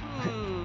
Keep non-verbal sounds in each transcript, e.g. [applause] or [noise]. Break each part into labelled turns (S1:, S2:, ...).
S1: Hmm.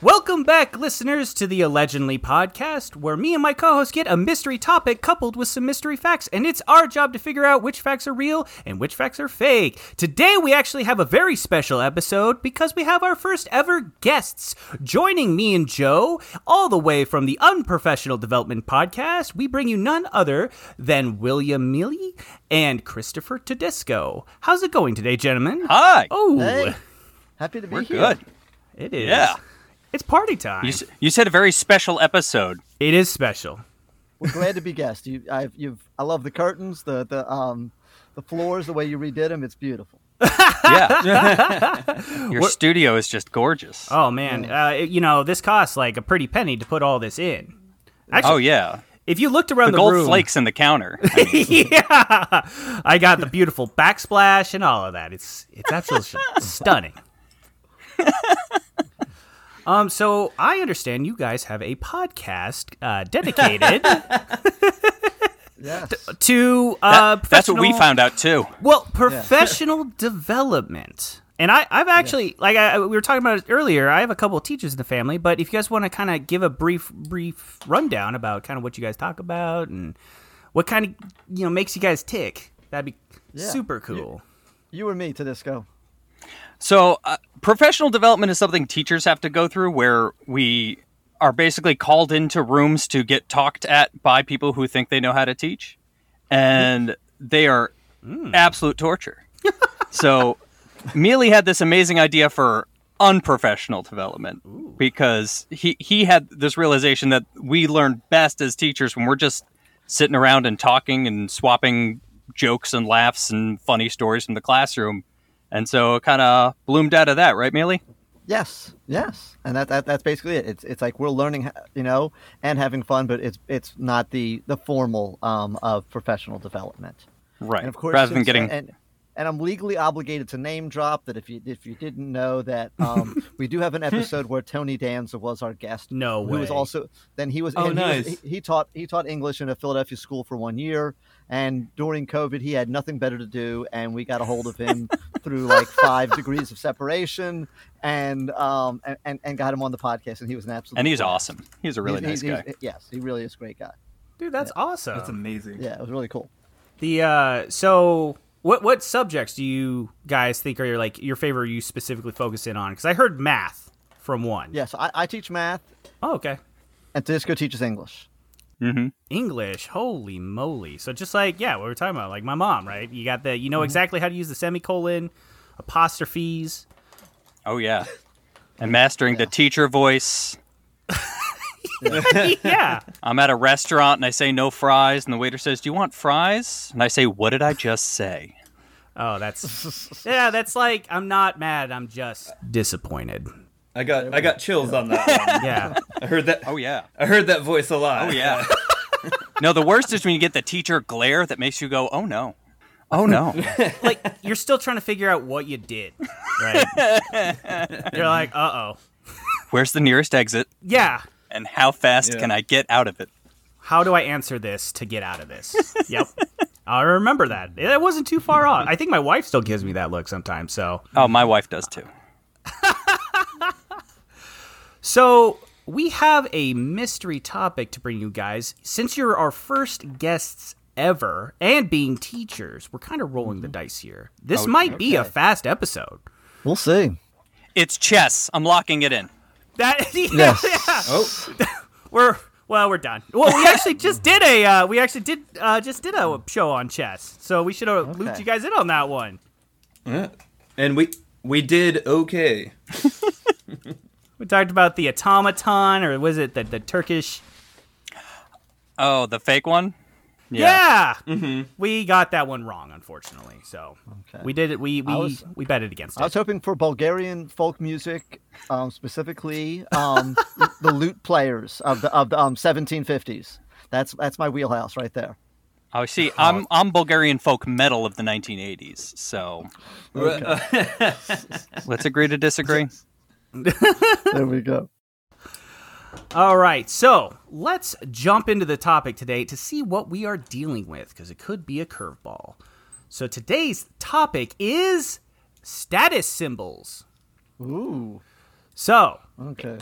S2: Welcome back, listeners, to the Allegedly podcast, where me and my co host get a mystery topic coupled with some mystery facts, and it's our job to figure out which facts are real and which facts are fake. Today, we actually have a very special episode because we have our first ever guests joining me and Joe, all the way from the Unprofessional Development Podcast. We bring you none other than William Mealy and Christopher Tedesco. How's it going today, gentlemen?
S1: Hi.
S2: Oh,
S3: Hey, happy to be
S1: We're
S3: here.
S1: good.
S2: it is.
S1: Yeah.
S2: It's party time.
S4: You, s- you said a very special episode.
S2: It is special.
S3: We're glad to be guests. You, I've, you've, I love the curtains, the the um, the floors, the way you redid them. It's beautiful.
S4: [laughs] Yeah. Your studio is just gorgeous.
S2: Oh man, uh, it- you know this costs like a pretty penny to put all this in. Actually,
S4: Oh, yeah.
S2: if you looked around the,
S4: The gold
S2: room,
S4: flakes in the counter. I mean,
S2: [laughs] yeah, I got the beautiful backsplash and all of that. It's it's absolutely [laughs] stunning. Um, so I understand you guys have a podcast uh,
S4: [laughs]
S2: dedicated
S3: Yes.
S2: to uh,
S4: that's what we
S2: professional-
S4: found out, too.
S2: Well,
S3: [laughs]
S2: professional development. And I, I've actually, like I, we were talking about it earlier, I have a couple of teachers in the family, but if you guys want to kind of give a brief, brief rundown about kind of what you guys talk about and what kind of, you know, makes you guys tick, that'd be
S3: Yeah.
S2: super cool.
S3: you and me, Tedesco.
S4: So, uh, professional development is something teachers have to go through where we are basically called into rooms to get talked at by people who think they know how to teach. And they are absolute torture. so, Mealy had this amazing idea for unprofessional development because he, he had this realization that we learn best as teachers when we're just sitting around and talking and swapping jokes and laughs and funny stories from the classroom. And so it kind of bloomed out of that, right, Mealy?
S3: Yes, yes, and that, that that's basically it. It's it's like we're learning, ho- you know, and having fun, but it's it's not the the formal um of professional development.
S4: Right.
S3: And of course,
S4: Rather than
S3: since-
S4: getting
S3: and, and I'm legally obligated to name drop that if you if you didn't know that
S4: [laughs]
S3: um, we do have an episode where Tony Danza was our guest.
S2: No
S3: who was
S2: way.
S3: also then he was
S1: Oh,
S3: and he was-
S1: nice.
S3: he, he taught he taught English in a Philadelphia school for one year, and during COVID he had nothing better to do, and we got a hold of
S4: [laughs]
S3: him through like five degrees of separation, and um and, and, and got him on the podcast, and he was an absolute
S4: and he's
S3: blast.
S4: awesome. He's a really
S3: He's-
S4: nice
S3: he's-
S4: guy.
S3: he's- yes, he really is a great guy.
S2: Dude, that's awesome.
S5: That's amazing.
S3: Yeah, it was really cool.
S2: the, uh, so what, what subjects do you guys think are your, like your favorite you specifically focus in on? Because I heard math from one.
S3: Yes, I, I teach math,
S2: Oh, okay.
S3: and Tedesco teaches English.
S2: English, holy moly. So just like, yeah, what we we're talking about, like my mom, right? You got the you know exactly how to use the semicolon, apostrophes. [laughs]
S4: Oh yeah. And mastering the teacher voice.
S2: yeah.
S4: I'm at a restaurant and I say no fries, and the waiter says, "Do you want fries?" And I say, "What did I just say?"
S2: Oh, that's Yeah, that's like I'm not mad, I'm just disappointed.
S1: I got I got chills on that. One.
S2: Yeah.
S1: I heard [laughs] that.
S4: Oh yeah.
S1: I heard that voice a lot.
S4: Oh yeah. [laughs] no, the worst is when you get the teacher glare that makes you go, "Oh no." Oh [laughs] no.
S2: like you're still trying to figure out what you did. Right. you're like, uh oh.
S4: Where's the nearest exit
S2: Yeah.
S4: and how fast
S1: Yeah.
S4: can I get out of it?
S2: How do I answer this to get out of this? Yep. I remember that. It wasn't too far off. I think my wife still gives me that look sometimes, so
S4: Oh, my wife does too.
S2: So we have a mystery topic to bring you guys. Since you're our first guests ever and being teachers, we're kind of rolling the dice here. This might be a fast episode.
S3: We'll see.
S4: It's chess. I'm locking it in.
S2: [laughs] That
S3: Yes.
S2: yeah,
S1: Oh,
S2: [laughs] we're well, we're done. Well, we actually [laughs] just did a uh, we actually did uh, just did a show on chess, so we should have looped
S3: Okay.
S2: you guys in on that one.
S1: and we we did okay.
S2: We talked about the automaton, or was it the, the Turkish?
S4: Oh, the fake one?
S2: Yeah. We got that one wrong, unfortunately. So
S3: Okay.
S2: we did it. We we,
S3: I was-
S2: we betted against
S3: I was
S2: it.
S3: hoping for Bulgarian folk music, um, specifically [laughs] um, the lute players of the of the um, 1750s. That's that's my wheelhouse right there.
S4: Oh, I see. I'm I'm Bulgarian folk metal of the 1980s. So let's agree to disagree.
S3: There we go.
S2: All right. So let's jump into the topic today to see what we are dealing with because it could be a curveball. So today's topic is status symbols.
S3: Ooh.
S2: So
S3: Okay.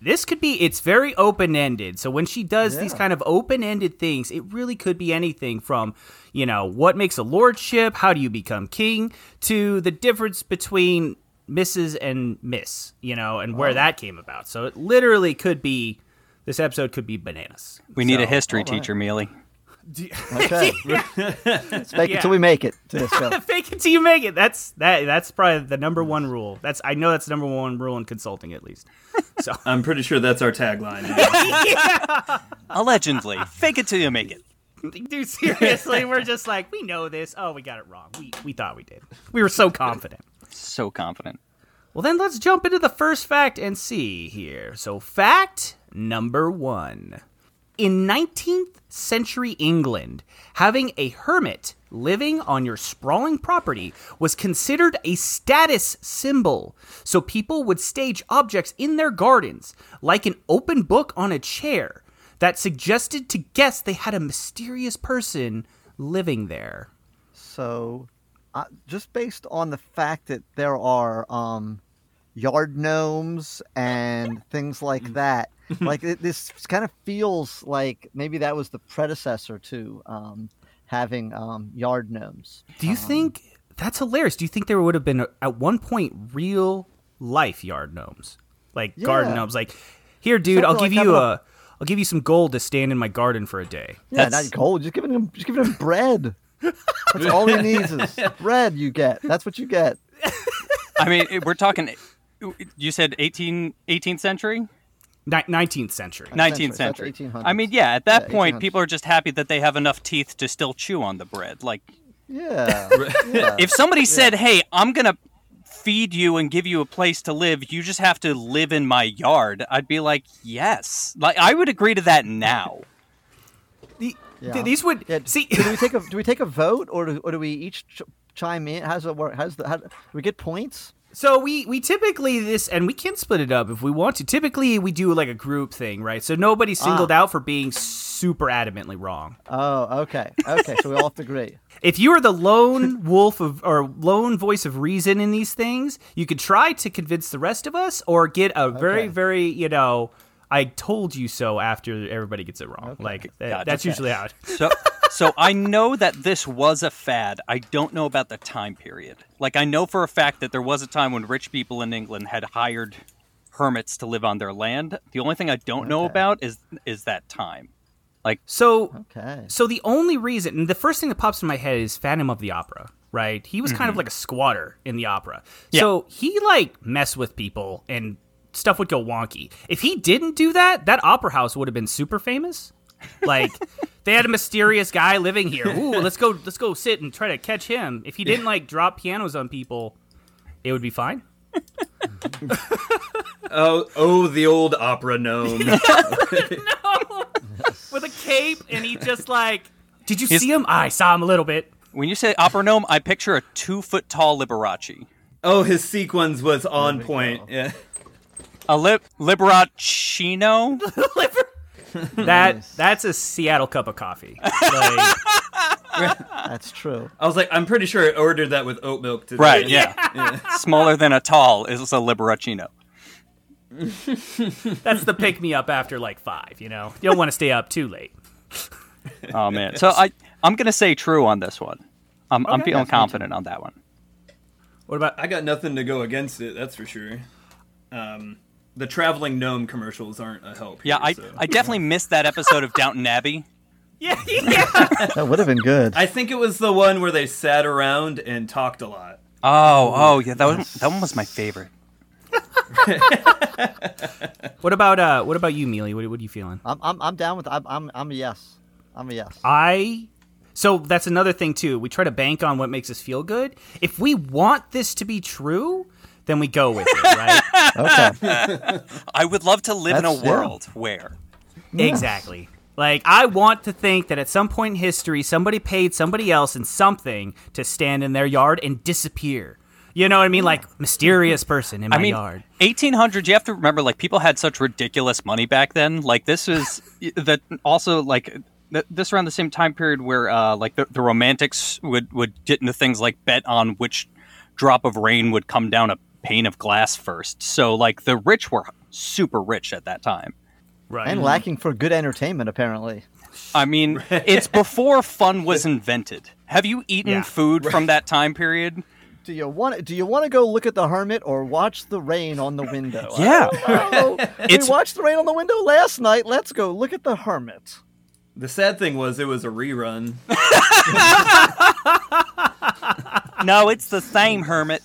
S2: this could be it's very open-ended so when she does these
S3: Yeah.
S2: kind of open-ended things it really could be anything from you know what makes a lordship how do you become king to the difference between mrs and miss you know and where that came about so it literally could be this episode could be bananas
S4: We need
S2: So-
S4: a history teacher, Mealy.
S3: [laughs] Okay. Let's make
S2: Yeah.
S3: it till we make it. To this show.
S2: [laughs] fake it till you make it that's that that's probably the number one rule that's i know that's the number one rule in consulting at least
S1: I'm pretty sure that's our tagline.
S4: Allegedly, fake it till you make it.
S2: [laughs] Dude, seriously, we're just like, we know this. Oh, we got it wrong. We, we thought we did. We were so confident.
S4: So confident.
S2: Well, then let's jump into the first fact and see here. So, fact number one. In 19th century England, having a hermit living on your sprawling property was considered a status symbol. So, people would stage objects in their gardens, like an open book on a chair, that suggested to guess they had a mysterious person living there.
S3: So, uh, just based on the fact that there are um, yard gnomes and things like that, like it, this kind of feels like maybe that was the predecessor to um, having um, yard gnomes.
S2: Do you think that's hilarious? Do you think there would have been at one point real life yard gnomes, like garden
S3: Yeah.
S2: gnomes? Like, here, dude, I'll
S3: Something
S2: give
S3: like
S2: you
S3: having
S2: a, I'll give you some gold to stand in my garden for a day.
S3: Yeah,
S4: That's-
S3: not gold. Just giving him, just giving him bread. That's all he needs is bread. You get. That's what you get.
S4: I mean, it- we're talking. You said 18, 18th century,
S2: Nineteenth century.
S4: nineteenth
S3: so that's
S4: century.
S3: 1800s.
S4: I mean, yeah. At that
S3: Yeah,
S4: point,
S3: 1800s.
S4: people are just happy that they have enough teeth to still chew on the bread. Like,
S3: Yeah.
S4: if somebody said, "Hey, I'm gonna feed you and give you a place to live. You just have to live in my yard," I'd be like, "Yes." Like, I would agree to that now.
S2: The-
S3: Yeah.
S2: th- These would
S3: Yeah, d-
S2: [laughs] see.
S3: do we take a do we take a vote or do, or do we each ch- chime in? How's it work? How's the how, do we get points?
S2: So we we typically this, and we can split it up if we want to. Typically, we do like a group thing, right? So nobody's
S3: Ah.
S2: singled out for being super adamantly wrong.
S3: Oh, okay, okay. so we all have to agree.
S2: If you are the lone [laughs] wolf of or lone voice of reason in these things, you could try to convince the rest of us or get a very,
S3: Okay.
S2: very, you know, I told you so after everybody gets it wrong. Like that,
S4: Gotcha.
S2: that's usually how it [laughs]
S3: [laughs]
S4: So, so I know that this was a fad. I don't know about the time period. Like, I know for a fact that there was a time when rich people in England had hired hermits to live on their land. The only thing I don't know
S3: Okay.
S4: about is is that time.
S2: So
S3: Okay.
S2: So the only reason, and the first thing that pops in my head is Phantom of the Opera, right? He was kind of like a squatter in the opera. So he like messed with people and stuff would go wonky. If he didn't do that, that opera house would have been super famous. Like they had a mysterious guy living here. Ooh, let's go let's go sit and try to catch him. If he didn't like drop pianos on people, it would be fine.
S1: [laughs] oh, oh, the old opera [laughs] gnome.
S2: With a cape and he just like Did you see him? I saw him a little bit.
S4: When you say opera gnome, I picture a two foot tall Liberace.
S1: oh, his sequence was on point. Yeah.
S4: A lib- Liberacino?
S2: [laughs] That that's a Seattle cup of coffee. [laughs] Like
S3: That's true.
S1: I was like, I'm pretty sure I ordered that with oat milk today.
S4: Right, yeah. [laughs] Smaller than a tall is a Liberacino.
S2: that's the pick me up after like five. You know, you don't want to stay up too late.
S4: Oh, man. So I, I'm going to say true on this one. I'm, I'm
S2: Okay.
S4: feeling confident on that one.
S2: What about?
S1: I got nothing to go against it, that's for sure. Um, the traveling gnome commercials aren't a help.
S4: Yeah,
S1: here,
S4: I,
S1: so.
S4: I definitely missed that episode of Downton Abbey.
S2: [laughs] Yeah, [laughs] yeah.
S3: That would have been good.
S1: I think it was the one where they sat around and talked a lot.
S4: Oh, oh yeah, that one, that one was my favorite.
S2: what about? Uh, what about you, Mealy? What, what are you feeling?
S3: I'm I'm, I'm down with I'm I'm I'm a yes. I'm a yes.
S4: Ah,
S2: I so that's another thing too. We try to bank on what makes us feel good. If we want this to be true, then we go with it, [laughs] right?
S4: [laughs]
S3: Okay.
S4: I would love to live in a
S3: That's- yeah.
S4: world where
S2: Exactly. Like I want to think that at some point in history somebody paid somebody else in something to stand in their yard and disappear. You know what I mean? Like mysterious person in my
S4: I mean,
S2: yard.
S4: 1800s. You have to remember, like people had such ridiculous money back then. Like this [laughs] was that also like th- this around the same time period where uh, like the, the Romantics would would get into things like bet on which drop of rain would come down a pane of glass first. So like the rich were super rich at that time.
S2: Right.
S3: and lacking for good entertainment, apparently.
S2: [laughs]
S4: I mean, it's before fun was invented. Have you eaten
S2: Yeah.
S4: food from that time period?
S3: Do you want? Do you want to go look at the hermit or watch the rain on the window?
S4: Yeah.
S3: Oh,
S4: [laughs]
S3: we
S4: It's-
S3: watched the rain on the window last night. Let's go look at the hermit.
S1: The sad thing was it was a rerun.
S4: No, it's the same hermit.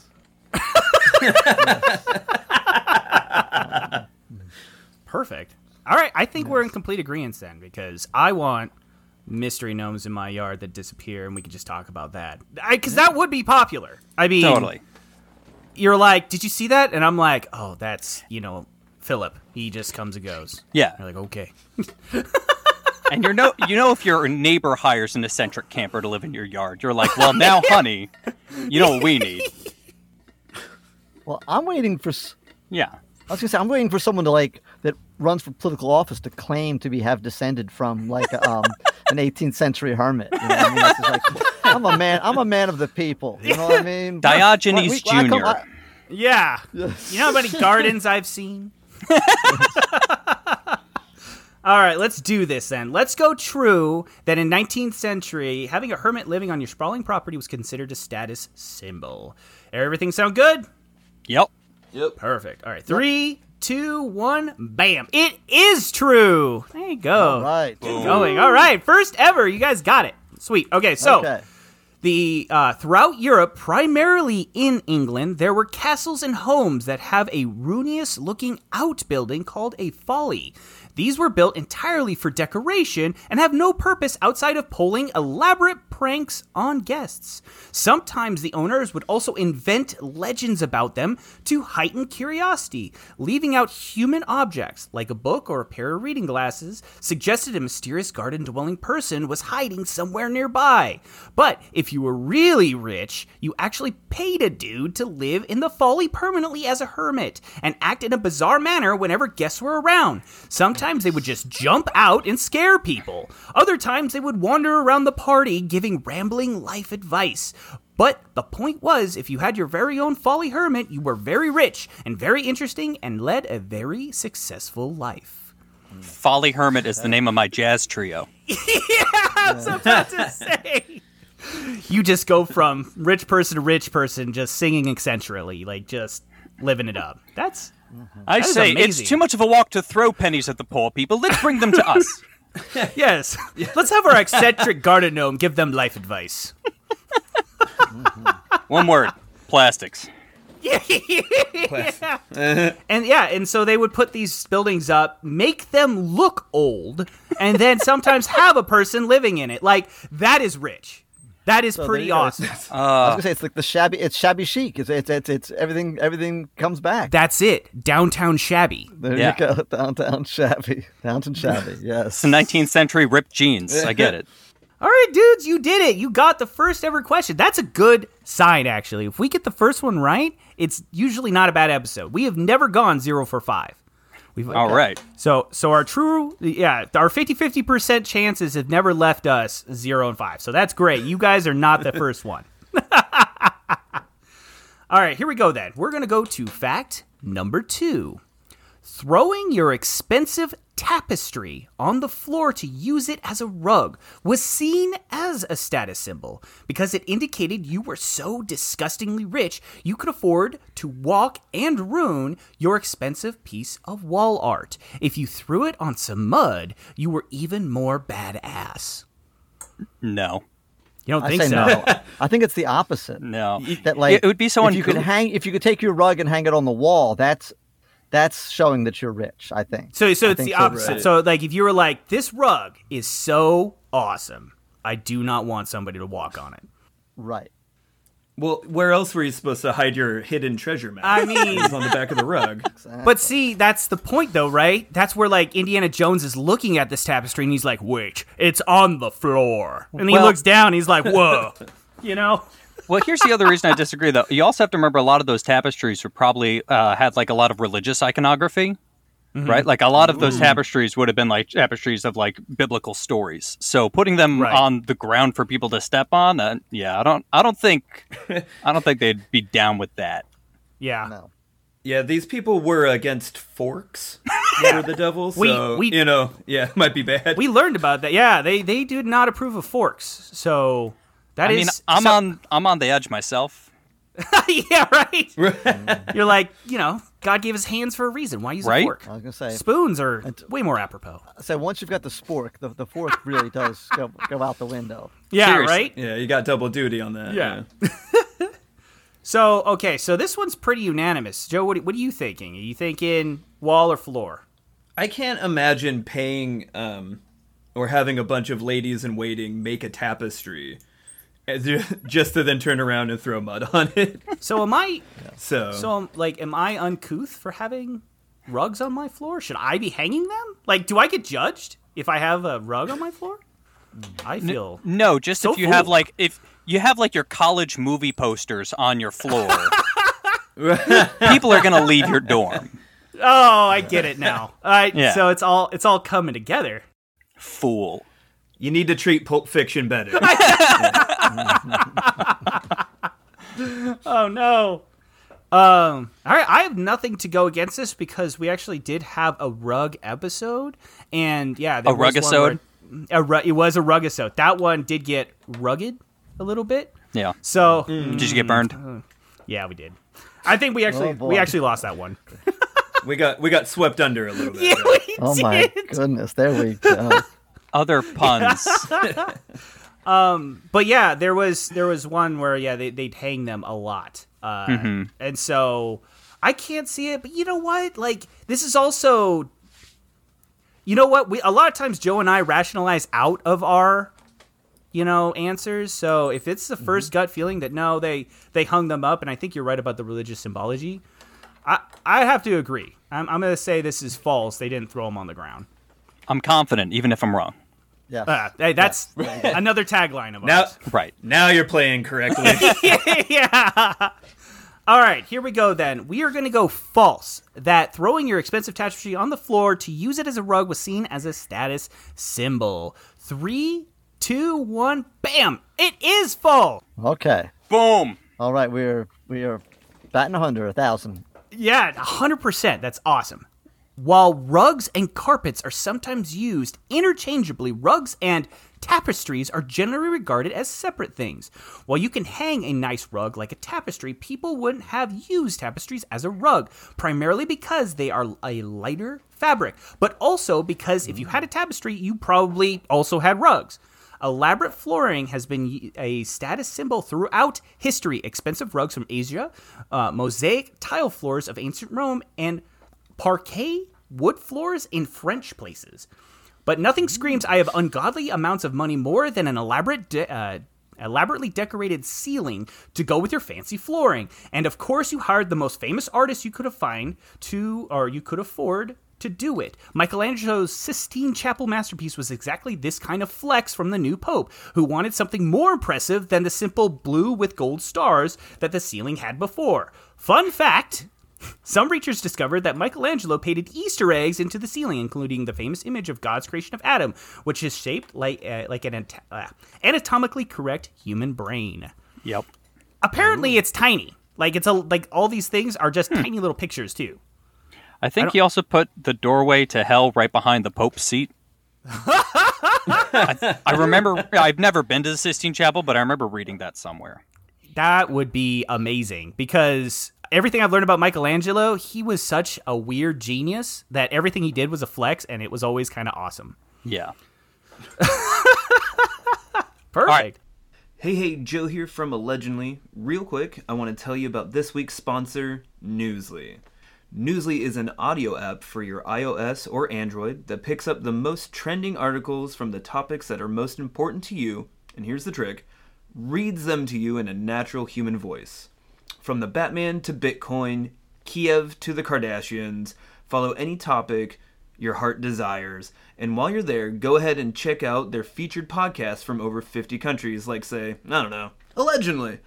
S2: Perfect. All right, I think we're in complete agreement then because I want mystery gnomes in my yard that disappear, and we can just talk about that. Because that would be popular. I mean,
S4: Totally.
S2: You're like, did you see that? And I'm like, oh, that's you know, Philip. He just comes and goes.
S4: Yeah.
S2: You're like, okay.
S4: And you know, you know, if your neighbor hires an eccentric camper to live in your yard, you're like, well,
S2: [laughs]
S4: now, honey, you know what we need.
S3: Well, I'm waiting for. s-
S4: Yeah.
S3: I was gonna say I'm waiting for someone to like that runs for political office to claim to be have descended from like um, [laughs] an 18th century hermit. You know what I mean? It's just like, [laughs] I'm a man. I'm a man of the people. You know what I mean?
S4: Diogenes
S3: Well, we- well, I come-
S4: Jr.
S3: I-
S2: Yeah. you know how
S3: [laughs]
S2: many gardens I've seen? [laughs] All right, let's do this then. Let's go true that in 19th century, having a hermit living on your sprawling property was considered a status symbol. Everything sound good?
S4: Yep.
S2: Perfect. All right, three, two, one, bam. It is true. There you go.
S3: Right.
S2: Keep Going. All right, first ever. You guys got it. Sweet. Okay, so
S3: okay.
S2: the uh, throughout Europe, primarily in England, there were castles and homes that have a ruinous looking outbuilding called a folly. These were built entirely for decoration and have no purpose outside of pulling elaborate pranks on guests. Sometimes the owners would also invent legends about them to heighten curiosity, leaving out human objects like a book or a pair of reading glasses suggested a mysterious garden dwelling person was hiding somewhere nearby. But if you were really rich, you actually paid a dude to live in the folly permanently as a hermit and act in a bizarre manner whenever guests were around. Sometimes they would just jump out and scare people. Other times they would wander around the party giving rambling life advice. But the point was, if you had your very own folly hermit, you were very rich and very interesting and led a very successful life.
S4: Folly Hermit is the name of my jazz trio.
S2: [laughs] I was about to say. You just go from rich person to rich person, just singing eccentrically, like just living it up. That's
S4: I
S2: is
S4: say
S2: amazing.
S4: it's too much of a walk to throw pennies at the poor people. Let's bring them
S2: [laughs]
S4: to us.
S2: yes.
S3: [laughs]
S2: Let's have our eccentric garden gnome give them life advice.
S4: One word: plastics.
S2: And yeah, and so they would put these buildings up, make them look old, and then sometimes have a person living in it. Like that is rich. That is
S3: there
S2: pretty
S3: you go.
S2: awesome.
S3: I was gonna say it's like the shabby. It's shabby chic. It's it's it's, it's everything. Everything comes back.
S2: That's it. Downtown shabby.
S3: there
S4: Yeah.
S3: you go. Downtown shabby. Downtown shabby. Yes.
S4: It's the 19th century ripped jeans. I
S2: [laughs]
S4: get it.
S2: All right, dudes, you did it. You got the first ever question. That's a good sign, actually. If we get the first one right, it's usually not a bad episode. We have never gone zero for five. We've, uh,
S4: All right.
S2: So, so our true, yeah, our 50 50% chances have never left us zero and five. So that's great. You guys are not the first one. [laughs] All right, here we go then. We're going to go to fact number two throwing your expensive tapestry on the floor to use it as a rug was seen as a status symbol because it indicated you were so disgustingly rich you could afford to walk and ruin your expensive piece of wall art. If you threw it on some mud, you were even more badass.
S4: No.
S2: You don't
S3: I
S2: think
S3: say
S2: so?
S3: no. I think it's the opposite.
S4: No.
S3: That like
S4: it would be so
S3: if you could
S4: uncool.
S3: hang if you could take your rug and hang it on the wall. That's that's showing that you're rich. I think.
S2: [laughs] So, so
S3: I
S2: it's
S3: think
S2: the
S3: so,
S2: opposite.
S1: right.
S2: So, like, if you were like, this rug is so awesome. I do not want somebody to walk on it.
S3: Right.
S1: Well, where else were you supposed to hide your hidden treasure map?
S2: I mean-
S1: It was on the back of the rug.
S2: But see, that's the point, though, right? That's where like Indiana Jones is looking at this tapestry and he's like, "Wait, it's on the floor," and he
S4: Well-
S2: looks down. he's like, "Whoa," [laughs] you know.
S4: Well, here's the other reason I disagree, though. You also have to remember a lot of those tapestries were probably uh, had like a lot of religious iconography, right? Like a lot of those tapestries would have been like tapestries of like biblical stories. So putting them
S2: Right.
S4: on the ground for people to step on, uh, yeah, I don't, I don't think, [laughs] I don't think they'd be down with that.
S2: Yeah.
S3: No.
S1: Yeah, these people were against forks for the devil,
S2: We-
S1: so
S2: we-
S1: you know, yeah, [laughs] it might be bad.
S2: We learned about that. Yeah, they they did not approve of forks. So that
S4: I
S2: is.
S4: mean, I'm
S2: so-
S4: on, I'm on the edge myself,
S2: [laughs] yeah,
S4: [laughs]
S2: right. You're like, you know, God gave us hands for a reason. Why use a
S4: Right?
S2: fork?
S3: I was gonna say.
S2: Spoons are way more apropos.
S3: So once you've got the spork, the, the fork really does go, go out the
S4: [laughs]
S3: window.
S2: Yeah,
S4: Seriously.
S2: right.
S1: yeah, you got double duty on that.
S2: Yeah. So okay, so this one's pretty unanimous. Joe, what, what are you thinking? Are you thinking wall or floor?
S1: I can't imagine paying um, or having a bunch of ladies in waiting make a tapestry as you- [laughs] just to then turn around and throw mud [laughs] on it.
S2: So am I?
S1: So,
S2: So um, like, am I uncouth for having rugs on my floor? Should I be hanging them? Like, do I get judged if I have a rug on my floor? I feel
S4: No, just
S2: So
S4: if you have
S2: fooled.
S4: like if you have like your college movie posters on your [laughs] floor, people are gonna leave your dorm.
S2: Oh, I get it
S4: [laughs]
S2: now. All right,
S4: Yeah.
S2: so it's all it's all coming together.
S4: Fool.
S1: you need to treat Pulp
S2: [laughs]
S1: Fiction better.
S2: Oh no. Um, all right, I have nothing to go against this because we actually did have a rug episode, and yeah, there
S4: A
S2: was one
S4: rugisode?
S2: where- A ru- it was a rug episode. That one did get rugged a little bit.
S4: Yeah.
S2: So
S4: Did you get burned?
S2: yeah, we did. I think we actually
S3: boy.
S2: we actually lost that one.
S1: we got we got swept under a little
S2: [laughs]
S1: bit.
S2: Yeah, we
S3: Oh
S2: did.
S3: my goodness! There we
S4: [laughs]
S3: go.
S4: Other puns.
S2: but yeah, there was there was one where yeah they they'd hang them a lot, uh, and so I can't see it. But you know what? Like this is also, you know what? We a lot of times Joe and I rationalize out of our, you know, answers. So if it's the 1st
S3: Mm-hmm.
S2: gut feeling that no, they they hung them up, and I think you're right about the religious symbology. I I have to agree. I'm I'm gonna say this is false. They didn't throw them on the ground.
S4: I'm confident, even if I'm wrong.
S3: Yes.
S4: Ah.
S2: Uh, hey, that's
S3: [laughs]
S2: another tagline of
S1: Now
S2: ours.
S4: Right.
S1: now you're
S2: [laughs]
S1: playing correctly.
S2: yeah. All right, here we go then. We are going to go false that throwing your expensive tapestry on the floor to use it as a rug was seen as a status symbol. Three, two, one, bam! It is false.
S3: Okay.
S4: Boom.
S3: All right. We're we are batting a hundred, a thousand.
S2: Yeah, 100%. That's awesome. While rugs and carpets are sometimes used interchangeably, rugs and tapestries are generally regarded as separate things. While you can hang a nice rug like a tapestry, people wouldn't have used tapestries as a rug, primarily because they are a lighter fabric, but also because if you had a tapestry, you probably also had rugs. Elaborate flooring has been y- a status symbol throughout history. Expensive rugs from Asia, uh, mosaic tile floors of ancient Rome, and parquet wood floors in French places. But nothing screams I have ungodly amounts of money more than an elaborate de- uh, elaborately decorated ceiling to go with your fancy flooring. And of course you hired the most famous artist you could have find to or you could afford to do it. Michelangelo's Sistine Chapel masterpiece was exactly this kind of flex from the new pope, who wanted something more impressive than the simple blue with gold stars that the ceiling had before. Fun fact, some researchers discovered that Michelangelo painted Easter eggs into the ceiling, including the famous image of God's creation of Adam, which is shaped like uh, like an ant- uh, anatomically correct human brain.
S4: Yep.
S2: Apparently, it's tiny. Like it's a like all these things are just tiny little pictures too.
S4: I think he also put the doorway to hell right behind the Pope's [laughs] seat. I, I remember. I've never been to the Sistine Chapel, but I remember reading that somewhere.
S2: That would be amazing because everything I've learned about Michelangelo, he was such a weird genius that everything he did was a flex, and it was always kind of awesome.
S4: Yeah.
S2: Perfect.
S1: Hey, hey, Joe here from Allegedly. Real quick, I want to tell you about this week's sponsor, Newsly. Newsly is an audio app for your iOS or Android that picks up the most trending articles from the topics that are most important to you, and here's the trick reads them to you in a natural human voice. From the Batman to Bitcoin, Kiev to the Kardashians, follow any topic your heart desires. And while you're there, go ahead and check out their featured podcasts from over 50 countries, like, say, I don't know, allegedly.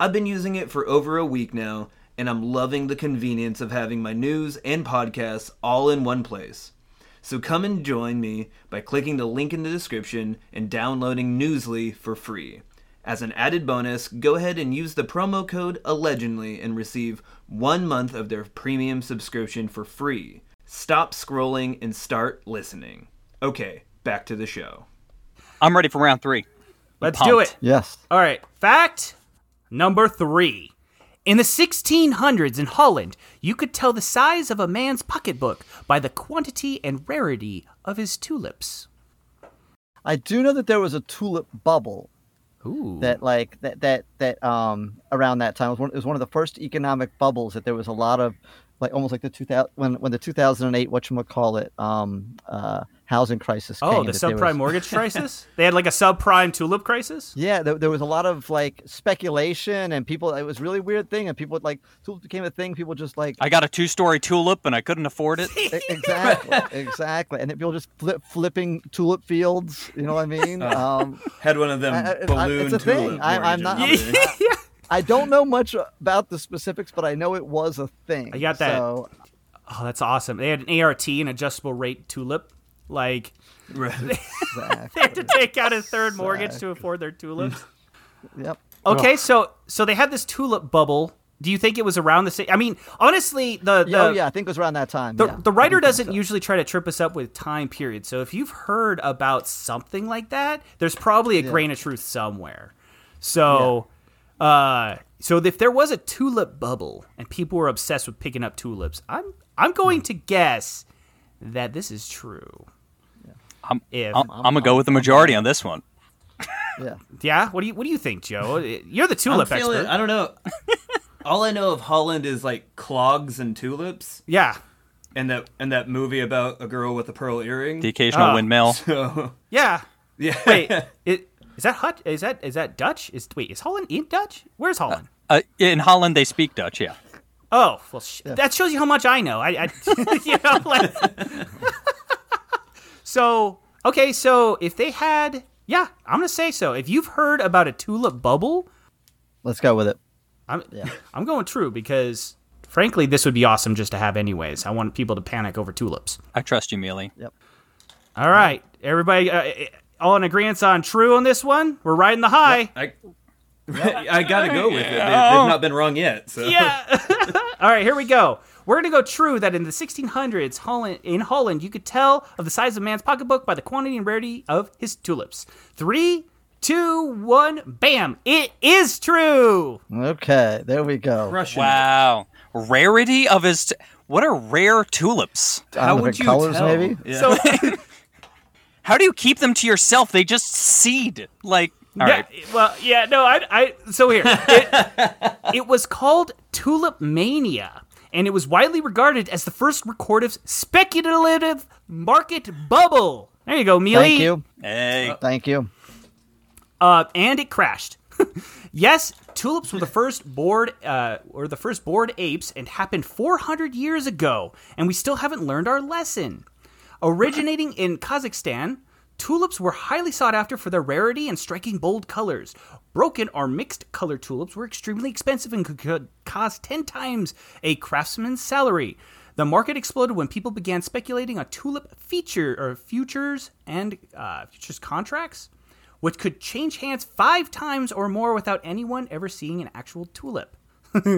S1: I've been using it for over a week now, and I'm loving the convenience of having my news and podcasts all in one place. So come and join me by clicking the link in the description and downloading Newsly for free. As an added bonus, go ahead and use the promo code allegedly and receive one month of their premium subscription for free. Stop scrolling and start listening. Okay, back to the show.
S4: I'm ready for round three.
S2: Let's
S4: pumped.
S2: do it.
S3: Yes.
S2: All right, fact number three. In the 1600s in Holland, you could tell the size of a man's pocketbook by the quantity and rarity of his tulips.
S3: I do know that there was a tulip bubble
S2: Ooh.
S3: that like that that that um around that time it was one, it was one of the first economic bubbles that there was a lot of like almost like the 2000 when when the 2008 what you call it um uh housing crisis
S2: oh,
S3: came,
S2: the
S3: that there
S2: subprime
S3: was- [laughs]
S2: mortgage crisis? They had like a subprime tulip crisis?
S3: yeah there, there was a lot of like speculation and people it was a really weird thing and people would, like tulips became a thing people just like
S4: I got a two story tulip and I couldn't afford [laughs] it.
S3: E-
S2: [laughs]
S3: exactly exactly and then people just flip, flipping tulip fields you know what i mean um
S1: Uh, Had one of them
S3: I- I- I-
S1: balloon
S3: it's a
S1: tulip
S3: thing. I- I'm not-
S1: oranges.
S3: I'm- i don't know much about the specifics but i know it was a thing
S2: I got that. [laughs]
S3: so
S2: [laughs] Oh, that's awesome. They had an ART, an adjustable rate tulip. Like,
S1: Right.
S3: exactly.
S2: they had
S3: [laughs]
S2: to take out a third mortgage to afford their tulips.
S3: yep
S2: Okay, so so they had this tulip bubble. Do you think it was around the same? I mean, honestly, the, the
S3: Yeah, oh yeah, I think it was around that time.
S2: The,
S3: yeah.
S2: the writer doesn't usually try to trip us up with time periods. So if you've heard about something like that, there's probably a grain of truth somewhere. So, uh, so if there was a tulip bubble and people were obsessed with picking up tulips, I'm I'm going to guess that this is true.
S4: I'm,
S2: If
S4: I'm, I'm going to go with the majority on this one.
S3: yeah.
S2: yeah, what do you what do you think,
S1: [laughs]
S2: Joe? You're the
S1: I'm
S2: tulip
S1: feeling-
S2: expert.
S1: I don't know. All I know of Holland is like clogs and tulips,
S2: yeah,
S1: and that and that movie about a girl with a pearl earring. [laughs]
S4: The occasional
S2: Ah.
S4: windmill.
S1: So
S2: yeah.
S1: yeah, [laughs]
S2: Wait, it, is that Hut? Is that is that Dutch? Is wait, is Holland in Dutch? Where's Holland?
S4: Uh, in Holland, they speak Dutch, yeah.
S2: Oh, well, sh- that shows you how much I know. I, [laughs] I you know, like. so, okay, so if they had, yeah, I'm going to say so. If you've heard about a tulip bubble,
S3: Let's go with it.
S2: I'm, [laughs] I'm going true because, frankly, this would be awesome just to have anyways. I want people to panic over tulips.
S4: I trust you, Mealy.
S2: All right, everybody, uh, eh, all in agreement on true on this one? We're riding the high.
S1: I [laughs] I gotta go with it. They, they've
S4: Oh.
S1: not been wrong yet. So
S2: Yeah. [laughs] All right, here we go. We're gonna go true that in the 1600s, Holland in Holland, you could tell of the size of a man's pocketbook by the quantity and rarity of his tulips. Three, two, one, bam! It is true.
S3: Okay, there we go.
S1: Russian.
S4: Wow. Rarity of his. T- what are rare tulips?
S3: I don't
S1: How
S3: know,
S1: would
S3: different
S1: you
S3: colors
S1: tell?
S3: maybe?
S1: Yeah.
S2: So
S4: How do you keep them to yourself? They just seed. Like,
S2: [laughs]
S4: all
S2: yeah,
S4: right.
S2: well, yeah, no, I, I so here it, it [laughs] was called tulip mania, and it was widely regarded as the first recorded speculative market bubble. There you go, Mealy.
S3: Thank you.
S4: Hey.
S3: Thank you.
S2: uh, and it crashed. [laughs] yes, tulips were the first bored, uh, or the first bored apes, and happened 400 years ago, and we still haven't learned our lesson. Originating in Kazakhstan, tulips were highly sought after for their rarity and striking bold colors. Broken or mixed color tulips were extremely expensive and could- could cost 10 times a craftsman's salary. The market exploded when people began speculating on tulip feature or futures and uh, futures contracts which could change hands five times or more without anyone ever seeing an actual tulip. [laughs]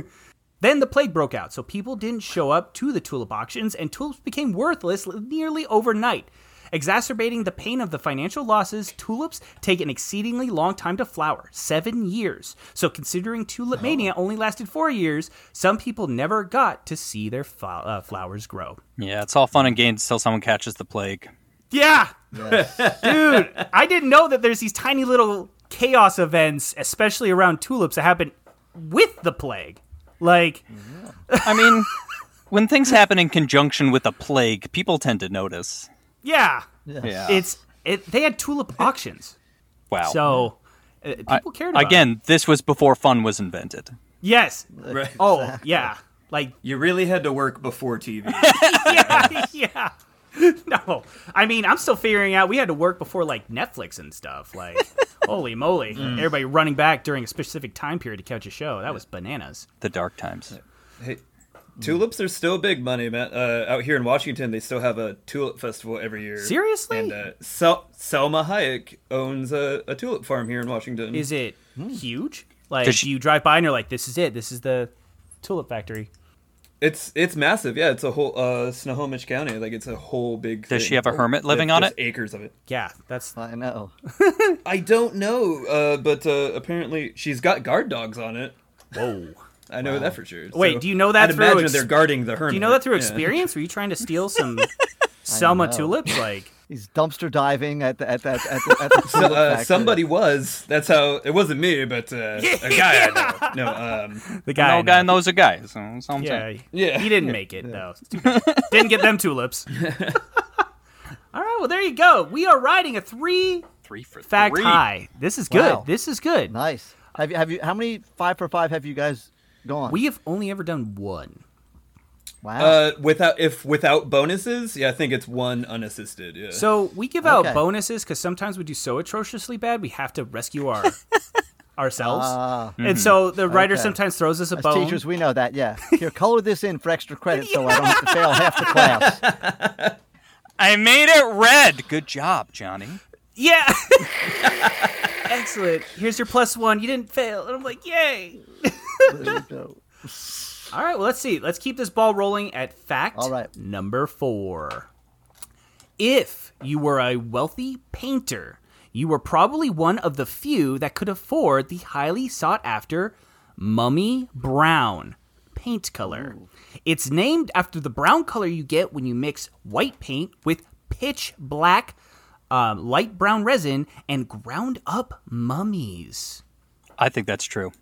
S2: then the plague broke out, so people didn't show up to the tulip auctions, and tulips became worthless nearly overnight. Exacerbating the pain of the financial losses, tulips take an exceedingly long time to flower seven years. So, considering tulip mania only lasted four years, some people never got to see their fl- uh, flowers grow.
S4: Yeah, it's all fun and games until someone catches the plague.
S2: Yeah. [laughs] Dude, I didn't know that there's these tiny little chaos events, especially around tulips, that happen with the plague. Like,
S4: I mean, [laughs] when things happen in conjunction with a plague, people tend to notice.
S2: Yeah,
S4: Yeah.
S2: it's it. They had tulip auctions,
S4: wow.
S2: so uh, people
S4: I-
S2: cared about it.
S4: Again, this was before fun was invented.
S2: Yes.
S1: Right.
S2: Oh yeah, like [laughs]
S1: You really had to work before
S4: [laughs]
S1: TV.
S2: yeah, yeah. [laughs] No, I mean I'm still figuring out. We had to work before like Netflix and stuff.
S1: [laughs]
S2: Like, holy moly,
S1: Mm.
S2: everybody running back during a specific time period to catch a show. That was bananas.
S4: The dark times.
S1: hey, tulips are still big money, man. Uh, out here in Washington, they still have a tulip festival every year.
S2: Seriously?
S1: And uh, Sel- Selma Hayek owns a, a tulip farm here in Washington.
S2: Is it huge? Like,
S4: Does she-
S2: do you drive by and you're like, "This is it. This is the tulip factory."
S1: It's it's massive. Yeah, it's a whole uh, Snohomish County. Like it's a whole big.
S4: Does
S1: thing.
S4: she have a hermit living
S1: There's-
S4: on
S1: there's
S4: it?
S1: Acres of it.
S2: Yeah, that's
S3: I know.
S1: I don't know, uh, but uh, apparently she's got guard dogs on it.
S2: whoa.
S1: I know that for sure.
S2: Wait,
S1: So
S2: do you know that
S1: I'd
S2: through
S1: imagine
S2: ex-
S1: they're guarding the hermit.
S2: Do you know that through
S1: Yeah.
S2: experience? Were you trying to steal
S1: [laughs]
S2: some Selma
S3: know.
S2: tulips? Like,
S3: He's dumpster diving at the at the, at the, at the
S1: So, [laughs]
S3: tulip
S1: uh,
S3: factory.
S1: somebody was. That's how it wasn't me, but [laughs] uh, a guy I know. No, um,
S2: the
S4: No
S2: guy.
S4: guy knows a guy. So that's all I'm
S2: Yeah,
S4: saying.
S1: Yeah.
S2: He didn't make it though. It's too
S1: [laughs]
S2: bad. didn't get them tulips. All right, well there you go. We are riding a three
S4: Three for
S2: fact
S4: three.
S2: high. This is good.
S3: Wow.
S2: This is good.
S3: Nice. Have you have you? How many five for five have you guys gone?
S2: We have only ever done one.
S3: wow.
S1: uh, without if without bonuses, yeah, I think it's one unassisted. Yeah.
S2: So we give
S3: Okay.
S2: out bonuses because sometimes we do so atrociously bad we have to rescue our ourselves.
S3: Ah.
S2: and so the writer
S3: Okay.
S2: sometimes throws us a
S3: As
S2: bone.
S3: teachers, we know that.
S2: [laughs]
S3: Yeah. Here, color this in for extra credit, so I don't have to fail half the class.
S2: [laughs]
S4: I made it red. Good job, Johnny.
S3: [laughs]
S2: Yeah. Excellent. Here's your plus one. You didn't fail. And I'm like, yay. [laughs] All right, well, let's see. Let's keep this ball rolling at fact
S3: All right.
S2: number four. If you were a wealthy painter, you were probably one of the few that could afford the highly sought after mummy brown paint color. It's named after the brown color you get when you mix white paint with pitch black, um, light brown resin, and ground up mummies.
S4: I think that's true.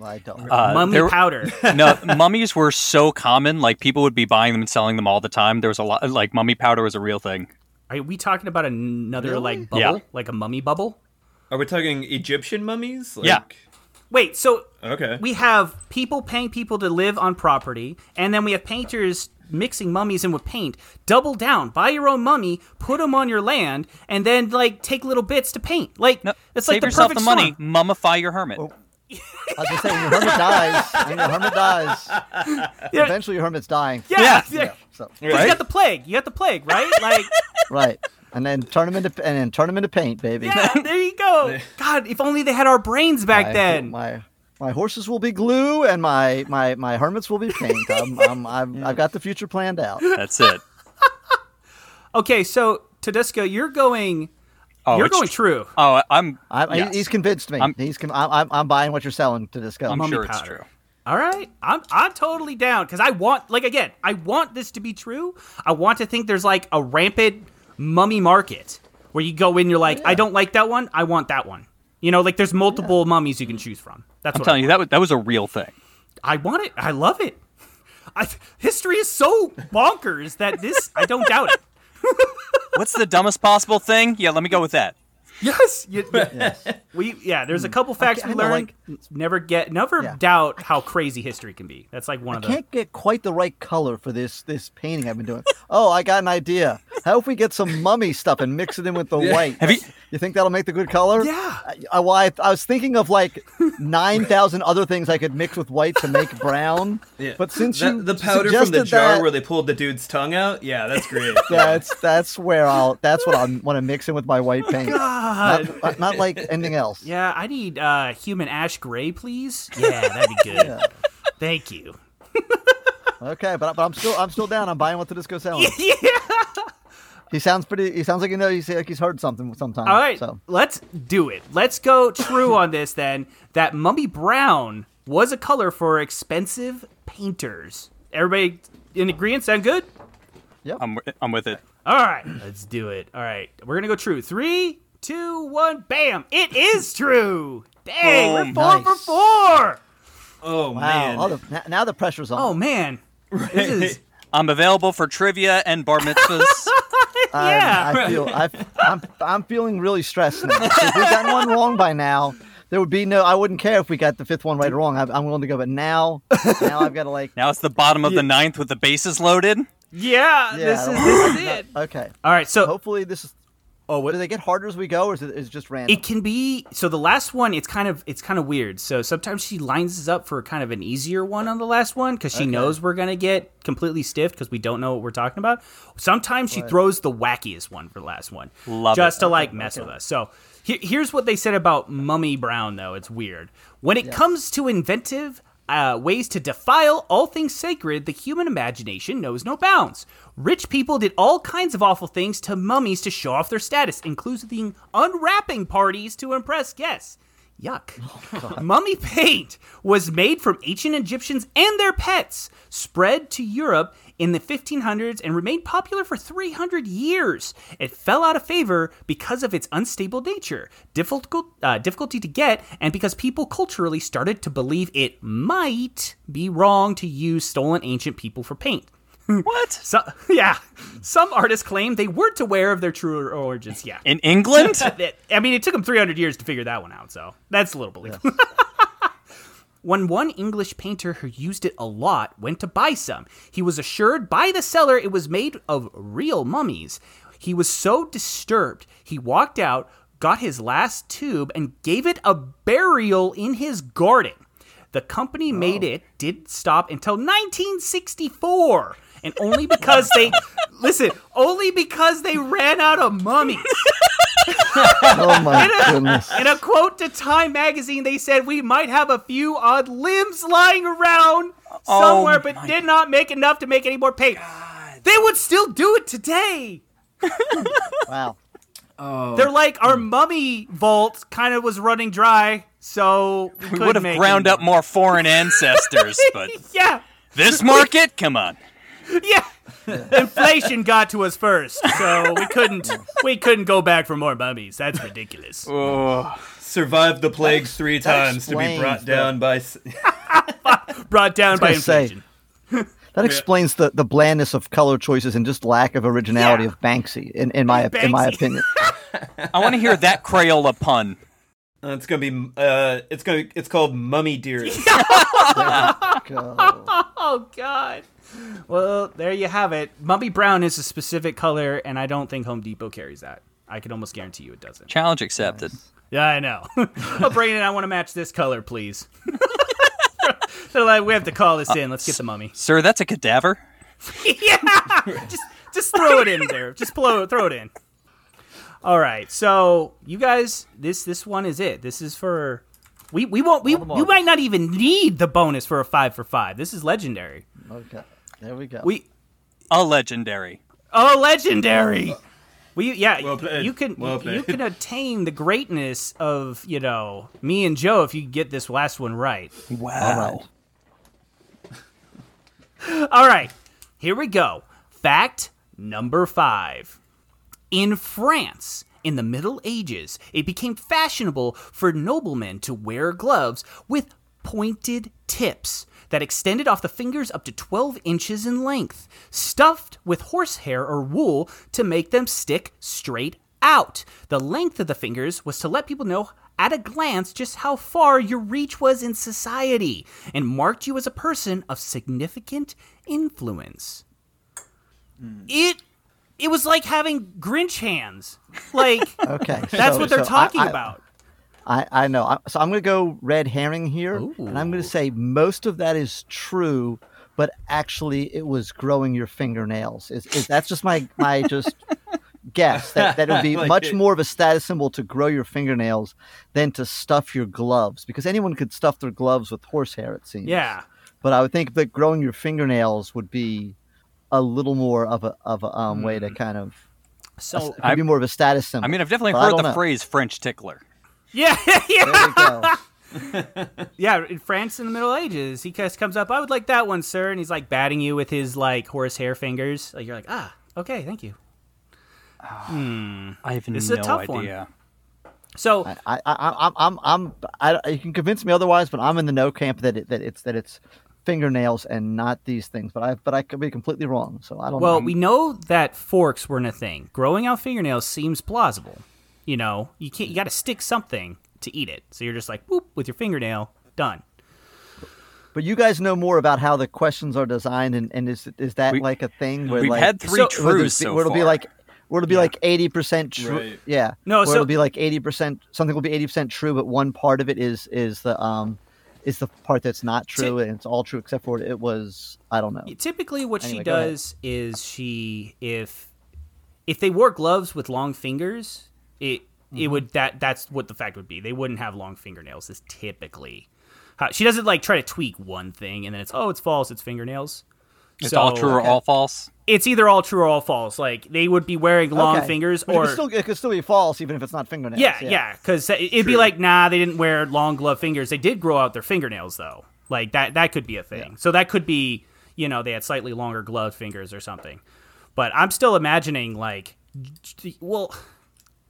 S3: I don't.
S4: Uh,
S2: Mummy
S4: there-
S2: powder.
S4: no, mummies were so common. Like people would be buying them and selling them all the time. There was a lot. Like mummy powder was a real thing.
S2: Are we talking about another like bubble,
S4: Yeah.
S2: like a mummy bubble?
S1: Are we talking Egyptian mummies? Like,
S4: Yeah.
S2: Wait, so
S1: Okay.
S2: we have people paying people to live on property, and then we have painters mixing mummies in with paint. Double down, buy your own mummy, put them on your land, and then like take little bits to paint. Like
S4: No,
S2: that's
S4: save
S2: like the
S4: yourself
S2: perfect Oh.
S4: the money.
S2: storm.
S4: Mummify your hermit.
S3: I was just saying, your hermit dies. When your hermit dies, eventually your hermit's dying.
S2: Yeah, yeah.
S3: So,
S2: But
S1: Right?
S2: You got the plague. You got the plague, right?
S4: [laughs]
S2: Like,
S3: right. And then turn him into and then turn him into paint, baby.
S2: yeah, there you go. God, if only they had our brains back
S3: I-
S2: then.
S3: My my horses will be glue, and my my my hermits will be paint. I'm, I'm, I'm, I've got the future planned out.
S2: [laughs]
S4: That's it.
S2: Okay, so Tedesco, you're going.
S4: Oh,
S2: you're
S4: it's-
S2: going true.
S4: Oh, I'm.
S3: I, I-
S4: yes.
S3: He's convinced me.
S4: I'm-
S3: he's con- I, I'm, I'm buying what you're selling to this guy.
S4: I'm sure it's
S2: powder.
S4: true.
S2: All right, I'm I'm totally down because I want like again I want this to be true. I want to think there's like a rampant mummy market where you go in, you're like, I don't like that one, I want that one. You know, like there's multiple mummies you can choose from. That's
S4: I'm
S2: what
S4: telling
S2: I
S4: you that was, that was a
S2: [laughs]
S4: real thing.
S2: I want it. I love it. [laughs] I, history is so bonkers that this I don't doubt
S3: [laughs]
S2: it.
S4: What's the dumbest possible thing? Yeah, let me go with that.
S2: Yes, you, we yeah. There's a couple facts
S3: Hmm. I
S2: we
S3: know,
S2: learned. never get, never
S3: Yeah.
S2: doubt how crazy history can be. That's like one
S3: I
S2: of the.
S3: can't get quite the right color for this this painting I've been doing. Oh, I got an idea. How if we get some mummy stuff and mix it in with the white?
S4: Have you-
S3: You think that'll make the good color?
S2: Yeah.
S3: I, I, well, I, I was thinking of like nine thousand other things I could mix with white to make brown.
S1: Yeah.
S3: But since
S1: That-
S3: you
S1: the powder from
S3: suggested
S1: the jar
S3: that,
S1: where they pulled the dude's tongue out, yeah, that's
S3: [laughs]
S1: great.
S3: that's that's where I'll that's what I want to mix in with my
S1: Oh,
S3: white paint.
S2: God.
S3: Not, not- not like anything else.
S2: Yeah, I need uh, human ash gray,
S3: [laughs]
S2: please. Yeah, that'd be good. Thank you.
S3: Okay, but, but I'm still I'm still down. I'm buying what the disco selling.
S2: [laughs] yeah.
S3: He sounds pretty. He sounds like you know. He's like he's heard something sometime.
S2: All right,
S3: So
S2: let's do it. Let's go true on this then. That mummy brown was a color for expensive painters. Everybody in agreement? Sound good?
S4: I'm wi- I'm with it.
S2: All right, let's do it. All right, we're gonna go true. Three, two, one, bam! It is true.
S3: Oh,
S2: Dang, we're four
S3: Boom.
S2: for four.
S1: oh
S3: wow.
S1: man.
S3: All the, now, now the pressure's on.
S2: Oh man, This
S3: [laughs]
S2: is
S4: I'm available for trivia and bar
S2: [laughs]
S4: mitzvahs.
S3: I'm-
S2: Yeah.
S3: I feel I, I'm I'm feeling really stressed now. if we got one wrong by now, there would be no. I wouldn't care if we got the fifth one right or wrong. I, I'm willing to go, but now, now I've got
S2: [laughs]
S3: to like.
S4: now it's the bottom of the ninth with the bases loaded.
S2: yeah,
S3: Yeah,
S2: This
S3: I
S2: is
S3: don't-
S2: this is
S3: [laughs]
S2: it.
S3: Okay.
S2: All right, so
S3: Hopefully this is.
S2: oh, what
S3: Do they get harder as we go, or is it is it just random?
S2: It can be so the last one it's kind of it's kind of weird. So sometimes she lines us up for kind of an easier one on the last one cuz she knows we're going to get completely stiffed cuz we don't know what we're talking about. Sometimes she throws the wackiest one for the last one.
S4: Love
S2: just
S4: it.
S2: to like mess with us. So he- here's what they said about Mummy Brown though. It's weird. When it comes to inventive uh, ways to defile all things sacred, the human imagination knows no bounds. Rich people did all kinds of awful things to mummies to show off their status, including unwrapping parties to impress guests. Yuck. [laughs] Mummy paint was made from ancient Egyptians and their pets, spread to Europe in the 1500s, and remained popular for 300 years. It fell out of favor because of its unstable nature, difficult, uh, difficulty to get, and because people culturally started to believe it might be wrong to use stolen ancient people for paint.
S4: What?
S2: So, [laughs] yeah, some artists claim they weren't aware of their true origins. Yeah. [laughs]
S4: In England?
S2: That- I mean, it took him 300 years to figure that one out, so that's a little believable. [laughs] when one English painter who used it a lot went to buy some, he was assured by the seller it was made of real mummies. He was so disturbed, he walked out, got his last tube, and gave it a burial in his garden. The company made it didn't stop until 1964, and only because they listen, only because they ran out of mummies.
S3: oh my goodness!
S2: In a quote to Time magazine, they said we might have a few odd limbs lying around
S3: Oh
S2: somewhere, but
S4: my-
S2: did not make enough to make any more paint. They would still do it today.
S3: Wow.
S4: Oh.
S2: They're like our mummy vault kind of was running dry, so
S4: We would have ground up more foreign ancestors,
S2: [laughs]
S4: but
S2: yeah,
S4: this market? Come on.
S2: yeah. Inflation got to us first, so we couldn't we couldn't go back for more mummies. That's ridiculous.
S1: Survived the plagues three times to be
S3: explains
S1: brought
S3: the-
S1: down by. s- [laughs]
S2: Brought down by
S3: gonna say,
S2: inflation.
S3: That explains the, the blandness of color choices and just lack of originality
S2: Yeah.
S3: of Banksy, in, in my in my
S2: Banksy. [laughs]
S3: opinion.
S4: I want to hear [laughs] that Crayola pun.
S1: Uh, it's gonna be. Uh, it's gonna. It's called Mummy [laughs] Dearest.
S3: Go.
S2: Oh God. Well, there you have it. Mummy brown is a specific color, and I don't think Home Depot carries that. I can almost guarantee you it doesn't.
S4: Challenge accepted.
S2: Yeah, I [laughs] know. I'll bring it in. I want to match this color, please. [laughs] They're like, we have to call this in. Let's get the mummy.
S4: Sir, that's a cadaver.
S2: [laughs] yeah, just just throw it in there. Just blow, throw it in. All right, so you guys, this this one is it. This is for we we won't we you might not even need the bonus for a five for five. This is legendary.
S3: Okay. There we go.
S2: We
S4: A legendary.
S2: Oh, legendary! We yeah,
S1: Well played.
S2: you can
S1: Well
S2: you
S1: played.
S2: can attain the greatness of you know me and Joe if you get this last one right.
S4: Wow.
S2: All right, here we go. Fact number five. In France, in the Middle Ages, it became fashionable for noblemen to wear gloves with pointed tips that extended off the fingers up to 12 inches in length, stuffed with horsehair or wool to make them stick straight out. The length of the fingers was to let people know at a glance just how far your reach was in society and marked you as a person of significant influence. It it was like having Grinch hands. Like
S3: [laughs]
S2: [laughs]
S3: okay.
S2: that's
S3: so-
S2: what they're
S3: so I-
S2: talking
S3: I-
S2: about.
S3: I, I know. I, so I'm going to go red herring here, and I'm going to say most of that is true, but actually it was growing your fingernails. Is, is that's just my
S2: [laughs]
S3: my just guess that that it would be
S1: Like
S3: much
S1: it-
S3: more of a status symbol to grow your fingernails than to stuff your gloves because anyone could stuff their gloves with horsehair. It seems.
S2: Yeah.
S3: But I would think that growing your fingernails would be a little more of a of a um, way to kind of
S2: [laughs] So
S3: could be more of a status symbol.
S4: Mm. I mean, I've definitely
S3: But I
S4: heard
S3: don't
S4: the
S3: know.
S4: phrase French tickler.
S2: yeah, yeah,
S3: There we go.
S2: yeah. In France, in the Middle Ages, he just comes up. I would like that one, sir, and he's like batting you with his like horsehair fingers. Like you're like, ah, okay, thank you.
S4: I have
S2: This is a
S4: no
S2: tough one.
S4: idea.
S2: So
S3: I, I, I'm, I'm, I'm, I, you can convince me otherwise, but I'm in the no camp that it, that it's that it's fingernails and not these things. But I but I could be completely wrong. So I don't.
S2: Well,
S3: know.
S2: we know that forks weren't a thing. Growing out fingernails seems plausible. You know, you can't. You got to stick something to eat it. So you're just like, whoop, with your fingernail, done.
S3: But you guys know more about how the questions are designed, and, and is is that
S4: We-
S3: like a thing where
S4: We've
S3: like
S4: had three
S2: So-
S4: trues
S3: where, there's-
S4: so
S3: where it'll be
S4: far.
S3: like where it'll be like eighty percent true?
S1: Right.
S3: Yeah,
S2: No,
S3: where
S2: so-
S3: it'll be like eighty percent. Something will be eighty percent true, but one part of it is is the um is the part that's not true, and it's all true except for it was I don't know.
S2: Typically, what she
S3: Anyway, go ahead.
S2: does is she if if they wore gloves with long fingers, it it
S3: Mm-hmm.
S2: would that that's what the fact would be. They wouldn't have long fingernails. Is typically how, she doesn't like try to tweak one thing and then it's oh it's false. It's fingernails.
S4: It's all
S2: So-
S4: true or all false.
S2: It's either all true or all false. Like they would be wearing long
S3: Okay.
S2: fingers
S3: But it
S2: or
S3: could still it could still be false even if it's not fingernails.
S2: Yeah, yeah, because it'd be like, nah, they didn't wear long glove fingers. They did grow out their fingernails though. Like that, that could be a thing. So that could be, you know, they had slightly longer glove fingers or something. But I'm still imagining like, well,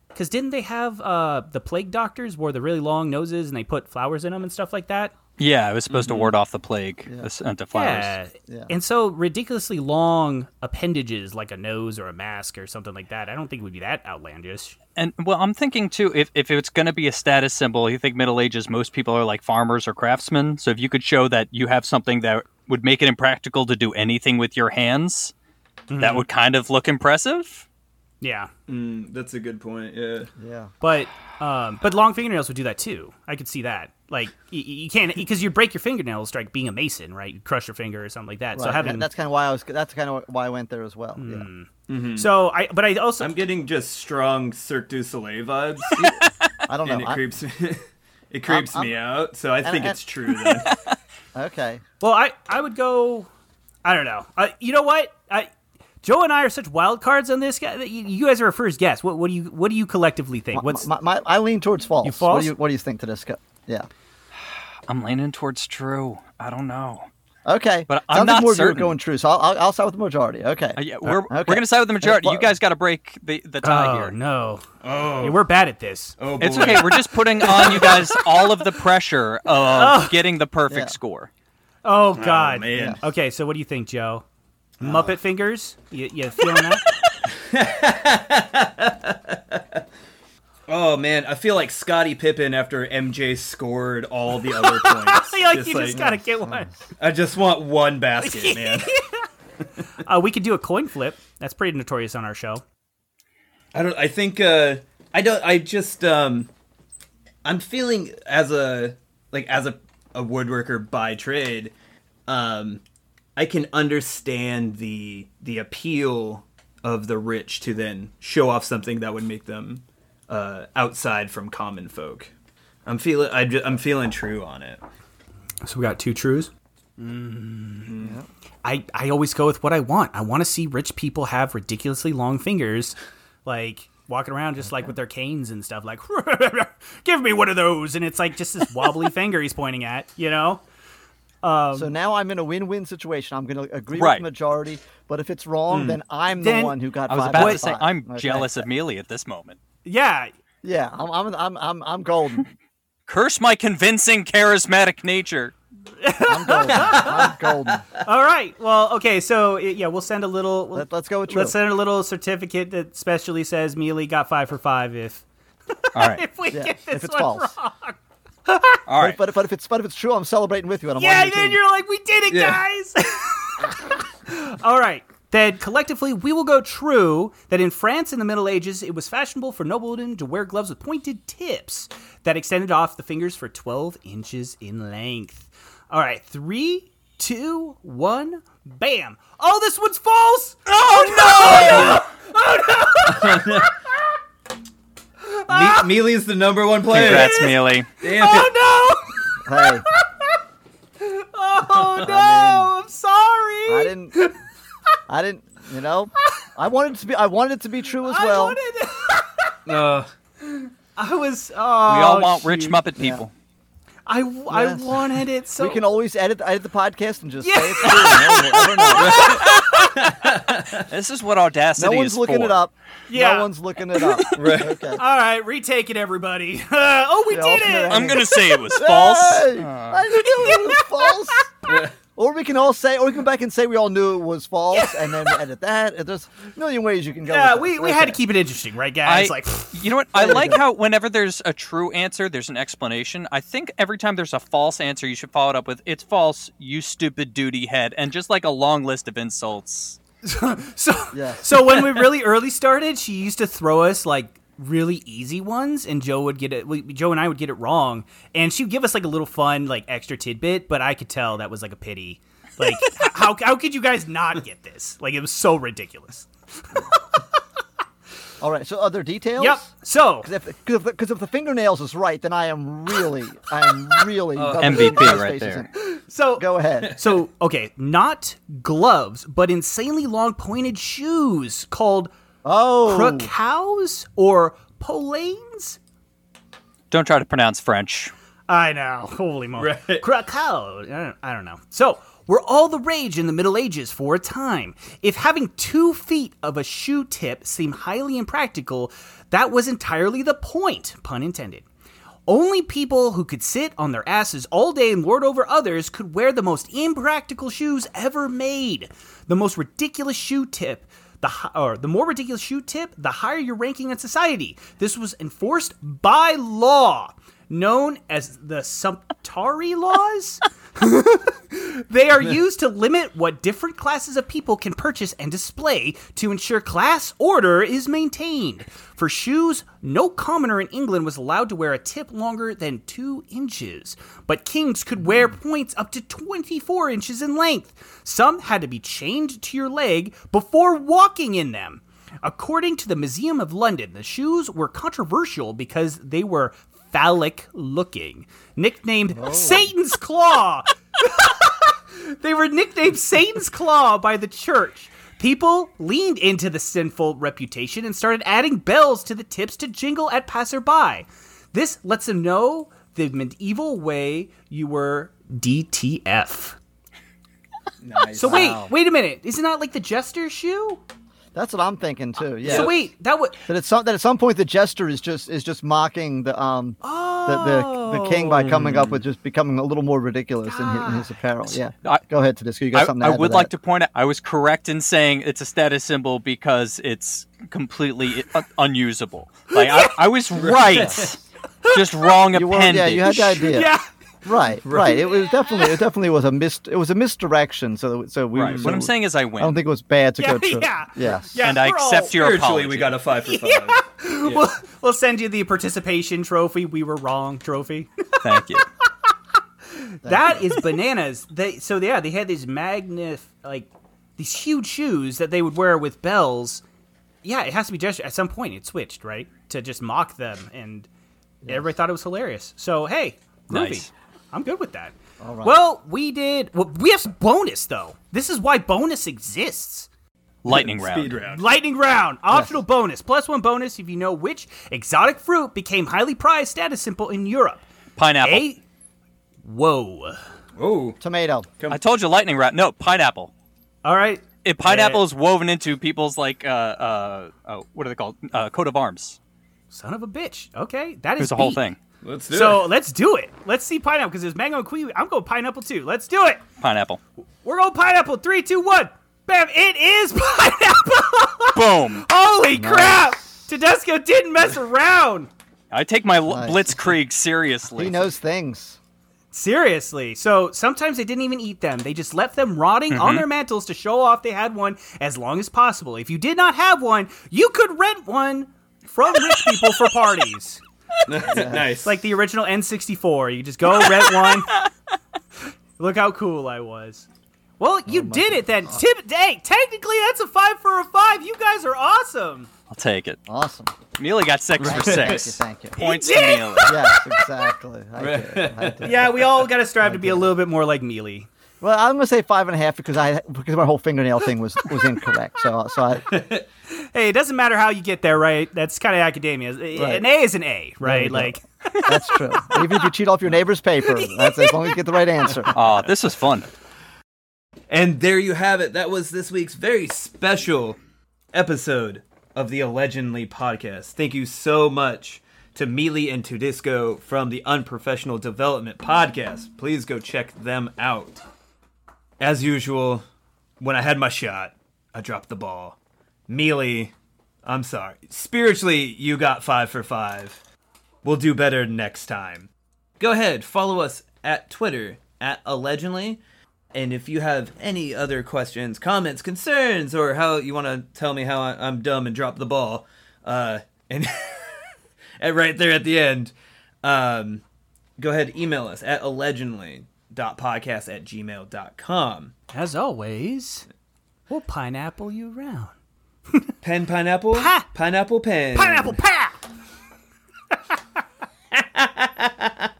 S2: because didn't they have uh, the plague doctors wore the really long noses and they put flowers in them and stuff like that?
S4: Yeah, it was supposed
S3: Mm-hmm.
S4: to ward off the plague, the scent of flowers.
S2: Yeah.
S3: Yeah.
S2: And so ridiculously long appendages like a nose or a mask or something like that. I don't think would be that outlandish.
S4: And well, I'm thinking too, if, if it's going to be a status symbol, you think Middle Ages, most people are like farmers or craftsmen. So if you could show that you have something that would make it impractical to do anything with your hands, that would kind of look impressive.
S2: Yeah.
S1: Mm, that's a good point. Yeah.
S3: Yeah.
S2: But um, but long fingernails would do that too. I could see that. Like you, you can't because you break your fingernails like being a mason, right? You crush your finger or something like that.
S3: Right.
S2: So having
S3: that's kind of why I was. That's kind of why I went there as well. Yeah.
S2: Hmm. so I but I also
S1: I'm getting just strong Cirque du Soleil vibes,
S3: I don't know.
S1: and it
S3: I-
S1: creeps me. [laughs] it creeps
S3: I'm-
S1: me out. So I think
S3: and-
S1: it's true. Then.
S3: okay.
S2: well I I would go. I don't know. Uh, you know what? I Joe and I are such wild cards on this guy. that You, you guys are a first guess. What what do you what do you collectively think? What's
S3: my, my, I lean towards false. What
S2: false?
S3: do you What do you think to this? Go- yeah.
S4: I'm leaning towards true. I don't know.
S3: Okay.
S4: But I'm
S3: Sounds
S4: not
S3: like more of you are
S4: certain.
S3: going true. So I'll, I'll, I'll side with the majority. Okay.
S4: Uh, yeah, we're we're
S3: okay.
S4: going to side with the majority.
S3: Well-
S4: you guys got to break the, the tie
S2: oh
S4: here.
S2: no,
S1: [laughs] Oh,
S2: Yeah, we're bad at this.
S1: oh boy.
S4: It's okay. We're just putting on you [laughs] guys all of the pressure of getting the perfect
S3: Yeah.
S4: score.
S2: Oh god.
S1: man.
S2: Okay, so what do you think, Joe? Muppet fingers? You, you feeling that?
S1: Oh man, I feel like Scottie Pippen after MJ scored all the other points.
S2: Yeah, you
S1: like,
S2: just gotta get one.
S1: I just want one basket, man.
S2: Uh, we could do a coin flip. That's pretty notorious on our show.
S1: I don't. I think. Uh, I don't. I just. Um, I'm feeling as a like as a a woodworker by trade. Um, I can understand the the appeal of the rich to then show off something that would make them uh, outside from common folk. I'm feeling. I ju- I'm feeling true on it.
S2: So we got two trues. Mm-hmm. I I always go with what I want. I want to see rich people have ridiculously long fingers, like walking around just like with their canes and stuff. Like, [laughs] give me one of those, and it's like just this [laughs] wobbly finger he's pointing at. You know?
S3: So now I'm in a win-win situation. I'm going to agree with
S4: Right. Hmm.
S3: the majority, but if it's wrong, then I'm
S2: Then-
S3: the one who got.
S4: I was
S3: five
S4: about
S3: out
S4: to
S3: of
S4: say
S3: five.
S4: I'm
S3: Okay.
S4: jealous of Mealy at this moment.
S2: Yeah.
S3: Yeah, I'm I'm I'm I'm, I'm golden.
S4: Curse my convincing, charismatic nature.
S3: I'm golden. I'm golden.
S2: [laughs] All right. Well, okay. So yeah, we'll send a little.
S3: Let, us go with true.
S2: let's send a little certificate that specially says Mealy got five for five if
S4: All [laughs] right,
S2: [laughs] if we
S3: Yeah,
S2: get this
S3: if it's
S2: one
S3: false.
S2: wrong.
S4: all right.
S3: But but if it's but if it's true, I'm celebrating with you. And I'm
S2: Yeah,
S3: on
S2: and
S3: your
S2: then
S3: team.
S2: you're like, we did it,
S1: Yeah.
S2: guys. [laughs]
S3: [laughs]
S2: All right. Then collectively, we will go true that in France in the Middle Ages, it was fashionable for noblemen to wear gloves with pointed tips that extended off the fingers for 12 inches in length. All right, three, two, one, bam. Oh, this one's false. Oh,
S1: Me- Mealy's the number one player.
S4: Congrats, [laughs] Mealy.
S2: [laughs]
S1: Damn
S3: [laughs]
S1: it.
S2: [laughs] Oh,
S3: Hey,
S2: no. Oh, no.
S3: I
S2: I'm sorry.
S3: I didn't. I didn't. You know, I wanted it to be. I wanted it to be true as
S2: I
S3: well.
S2: wanted-
S1: Ugh.
S2: [laughs] I was. Oh,
S4: We all want rich Muppet people.
S2: I, I
S3: Yes.
S2: wanted it so
S3: we can always edit edit the podcast and just
S2: Yeah.
S3: say it's true.
S4: [laughs]
S3: No, we'll never know.
S4: This is what audacity
S3: No one's
S4: is
S3: looking
S4: for.
S3: it up.
S2: Yeah.
S3: No one's looking it
S4: [laughs]
S3: up.
S1: Right.
S3: Okay.
S2: All right, retake it, everybody. [laughs] oh, we
S3: Yeah,
S2: did it!
S3: alternate ending.
S4: [laughs]
S2: Uh.
S4: I'm gonna say it was false.
S2: [laughs]
S3: Hey, I knew it was false. Or we can all say, or we can go back and say we all knew it was false, and then edit that. And There's a million ways you can go.
S2: Yeah,
S3: with
S2: we,
S3: that.
S2: we had to keep it interesting, right, guys?
S4: I-
S2: like, [laughs]
S4: You know what? I like how whenever there's a true answer, there's an explanation. I think every time there's a false answer, you should follow it up with "It's false, you stupid duty head," and just like a long list of insults.
S2: so
S3: Yeah.
S2: so when we really early started, she used to throw us like really easy ones, and Joe would get it. We, Joe and I would get it wrong, and she'd give us like a little fun like extra tidbit, but I could tell that was like a pity. Like [laughs] h- how how could you guys not get this? Like it was so ridiculous.
S3: All right. So other details.
S2: Yep. So
S3: Because if, 'cause if, 'cause if the fingernails is right, then I am really, I am really
S4: Oh,
S3: rubbing
S4: MVP
S3: my
S4: right
S3: face
S4: there.
S3: in.
S2: so
S3: Go
S2: [laughs]
S3: ahead.
S2: So, okay, not gloves, but insanely long pointed shoes called
S3: Oh,
S2: crocows or polanes.
S4: Don't try to pronounce French.
S2: I know. [laughs] Holy moly. Krakow. I don't, I don't know. So, were all the rage in the Middle Ages for a time. If having two feet of a shoe tip seemed highly impractical, that was entirely the point, pun intended. Only people who could sit on their asses all day and lord over others could wear the most impractical shoes ever made. The most ridiculous shoe tip, the hi- or the more ridiculous shoe tip, the higher your ranking in society. This was enforced by law, known as the Sumptari laws. They are used to limit what different classes of people can purchase and display to ensure class order is maintained. For shoes, no commoner in England was allowed to wear a tip longer than two inches, but kings could wear points up to 24 inches in length. Some had to be chained to your leg before walking in them. According to the Museum of London, the shoes were controversial because they were phallic looking, nicknamed Satan's Claw. They were nicknamed Satan's Claw by the church. People leaned into the sinful reputation and started adding bells to the tips to jingle at passerby. This lets them know the medieval way you were DTF. So wait, wait a minute. Is it not like the jester shoe?
S3: that's what I'm thinking too. Yeah.
S2: So wait, that would
S3: That at some that at some point the jester is just is just mocking the um the, the the king by coming up with just becoming a little more ridiculous in his, in his apparel. Yeah.
S4: Oh. I-
S3: Go ahead to this. You got
S4: I,
S3: something?
S4: I
S3: to add
S4: would
S3: to
S4: like
S3: that.
S4: to point out I was correct in saying it's a status symbol because it's completely u- unusable. Like I,
S3: [laughs]
S4: I was right, just wrong
S3: You were, yeah, you had the
S4: appendage. [laughs]
S3: idea.
S2: yeah.
S3: Right, right. It was definitely, it definitely was a mis, it was a misdirection. So, so we.
S4: Right.
S3: so
S4: What I'm saying is I win,
S3: I don't think it was bad to
S2: Yeah,
S3: go
S4: [laughs]
S3: to.
S2: yeah.
S3: Yes.
S2: Yeah,
S4: and I
S2: we're all-
S4: accept your
S1: Spiritually,
S4: apology.
S1: we got a five for five.
S2: We'll, we'll send you the participation trophy. We were wrong trophy.
S4: Thank
S3: [laughs]
S4: you.
S2: that [laughs] is bananas. They so yeah, they had these magnif like these huge shoes that they would wear with bells. Yeah, it has to be gesture. At some point, it switched right to just mock them, and everybody thought it was hilarious. So hey, groovy.
S4: Nice.
S2: I'm good with that. Well, we did. Well, we have some bonus though. This is why bonus exists.
S4: [laughs] Lightning
S1: Speed
S4: round.
S1: round.
S2: Lightning round, optional bonus, plus one bonus if you know which exotic fruit became highly prized status symbol in Europe.
S4: Pineapple. I
S2: A. Whoa.
S1: Oh,
S3: Tomato.
S4: told you lightning round. No, pineapple.
S2: All right.
S4: It, pineapple is woven into people's like uh, uh, uh what are they called? Uh, coat of arms.
S2: Son of a bitch. Okay, that is
S4: It's a whole
S2: beat.
S4: thing.
S1: let's do
S2: So
S1: it.
S2: let's do it. Let's see pineapple because there's mango and kiwi. I'm going pineapple too. Let's do it.
S4: Pineapple.
S2: We're going pineapple. Three, two, one. Bam! It is [laughs] pineapple.
S4: Boom.
S2: Holy crap! Tedesco didn't mess around.
S4: I take my l
S3: Nice.
S4: blitzkrieg seriously.
S3: He knows things.
S2: Seriously. So sometimes they didn't even eat them. They just left them rotting
S4: Mm-hmm.
S2: on their mantles to show off they had one as long as possible. If you did not have one, you could rent one from rich people for parties.
S1: nice.
S2: It's like the original N64. You just go [laughs] rent one. Look how cool I was. Well, you did it then. Tip, hey, technically that's a five for a five. You guys are awesome.
S4: I'll take it.
S3: Awesome.
S4: Mealy got six for six.
S3: Thank you. Thank you.
S4: Points
S2: He
S4: to
S2: did!
S4: Mealy.
S3: yes, exactly. I did.
S4: [laughs]
S3: I did.
S2: Yeah, we all got to strive to be a little bit more like Mealy.
S3: Well, I'm gonna say five and a half because I because my whole fingernail thing was was incorrect. So so I
S2: Hey, it doesn't matter how you get there, right? That's kind of academia. An A is an A, right? Like,
S3: That's true. Even if you cheat off your neighbor's paper, that's as long as you get the right answer.
S4: Aw, this was fun.
S1: And there you have it. That was this week's very special episode of the Allegedly podcast. Thank you so much to Mealy and Tudisco from the Unprofessional Development podcast. Please go check them out. As usual, when I had my shot, I dropped the ball. Mealy, I'm sorry. Spiritually, you got five for five. We'll do better next time. Go ahead, follow us at Twitter at allegedly. And if you have any other questions, comments, concerns, or how you want to tell me how I- I'm dumb and drop the ball, uh, and [laughs] and right there at the end, um, go ahead, email us at allegedly.podcast at gmail.com.
S2: As always, we'll pineapple you around.
S1: Pen pineapple?
S2: Pa!
S1: Pineapple pen.
S2: Pineapple, pa!